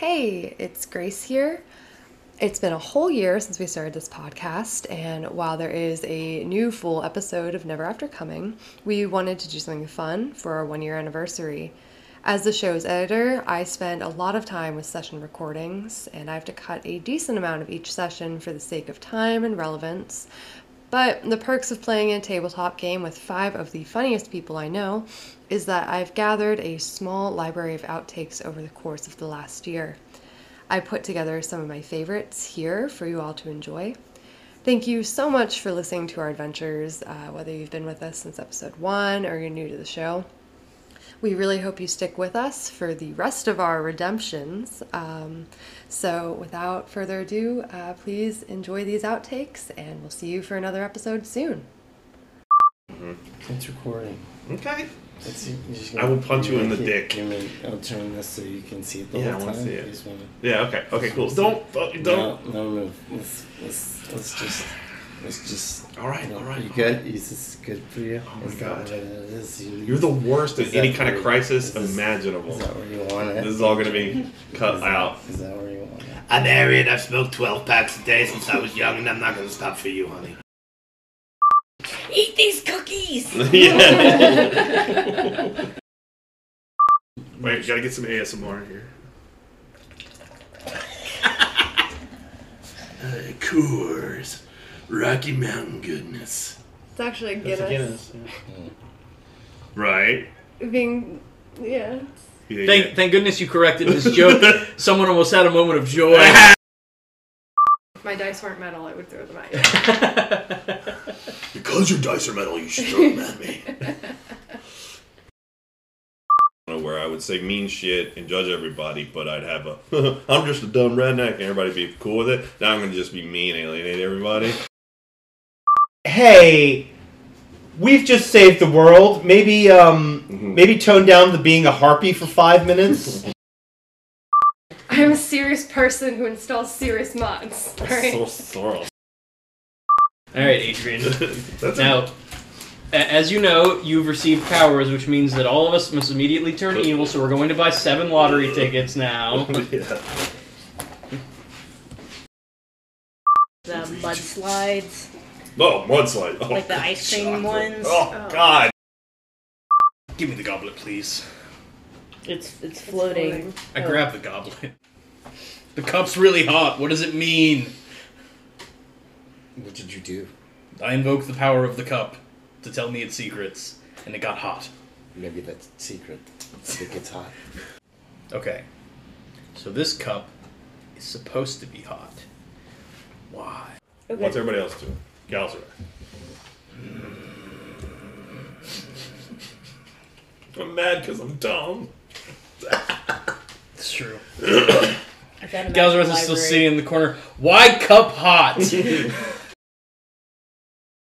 Hey, it's Grace here. It's been a whole year since we started this podcast, and while there is a new full episode of Never After Coming, we wanted to do something fun for our one year anniversary. As the show's editor, I spend a lot of time with session recordings, and I have to cut a decent amount of each session for the sake of time and relevance. But the perks of playing a tabletop game with five of the funniest people I know is that I've gathered a small library of outtakes over the course of the last year. I put together some of my favorites here for you all to enjoy. Thank you so much for listening to our adventures, uh, whether you've been with us since episode one or you're new to the show. We really hope you stick with us for the rest of our redemptions. Um, so, without further ado, uh, please enjoy these outtakes, and we'll see you for another episode soon. It's recording. Okay. It's, you just I will punch you in the make it- dick. You mean, I'll oh, turn this so you can see it the Yeah, I whole wanna time. see it. You just wanna- Yeah. Okay. Okay. Cool. Don't. fuck- Don't. No, no move. Let's, let's, let's just. Let's just. All right, you know, all right, You all good? Is this good for you? Oh my Is that God. what it is? You- You're the worst is in any that kind of where- crisis is this- imaginable. Is that where you want it? This is all gonna be cut Is that- out. Is that where you want it? I'm married. I've smoked 12 packs a day since I was young, and I'm not going to stop for you, honey. Eat these cookies! yeah. Wait. Gotta get some ASMR in here. Coors. Uh, Rocky Mountain goodness. It's actually Guinness. Right. Being, yeah. Yeah, Thank, thank goodness you corrected this joke. Someone almost had a moment of joy. If my dice weren't metal, I would throw them at you. Because your dice are metal, you should throw them at me. yeah. Where I would say mean shit and judge everybody, but I'd have a I'm just a dumb redneck and everybody be cool with it. Now I'm gonna just be mean and alienate everybody. hey, we've just saved the world. Maybe um maybe tone down the being a harpy for five minutes. I'm a serious person who installs serious mods. Alright. So sorrel. All right, Adrian. That's a- Now, a- as you know, you've received powers, which means that all of us must immediately turn evil. So we're going to buy seven lottery tickets now. yeah. The mudslides, Oh, mudslide. Oh, like the ice cream ones. oh God. Give me the goblet, please. It's it's floating. I grab the goblet. The cup's really hot. What does it mean? What did you do? I invoked the power of the cup to tell me its secrets, and it got hot. Maybe that's secret. It gets hot. Okay. So this cup is supposed to be hot. Why? Okay. What's everybody else doing? Gals are I'm mad because I'm dumb. It's true. I found them at the Galsworth is still library. sitting in the corner. Why cup hot?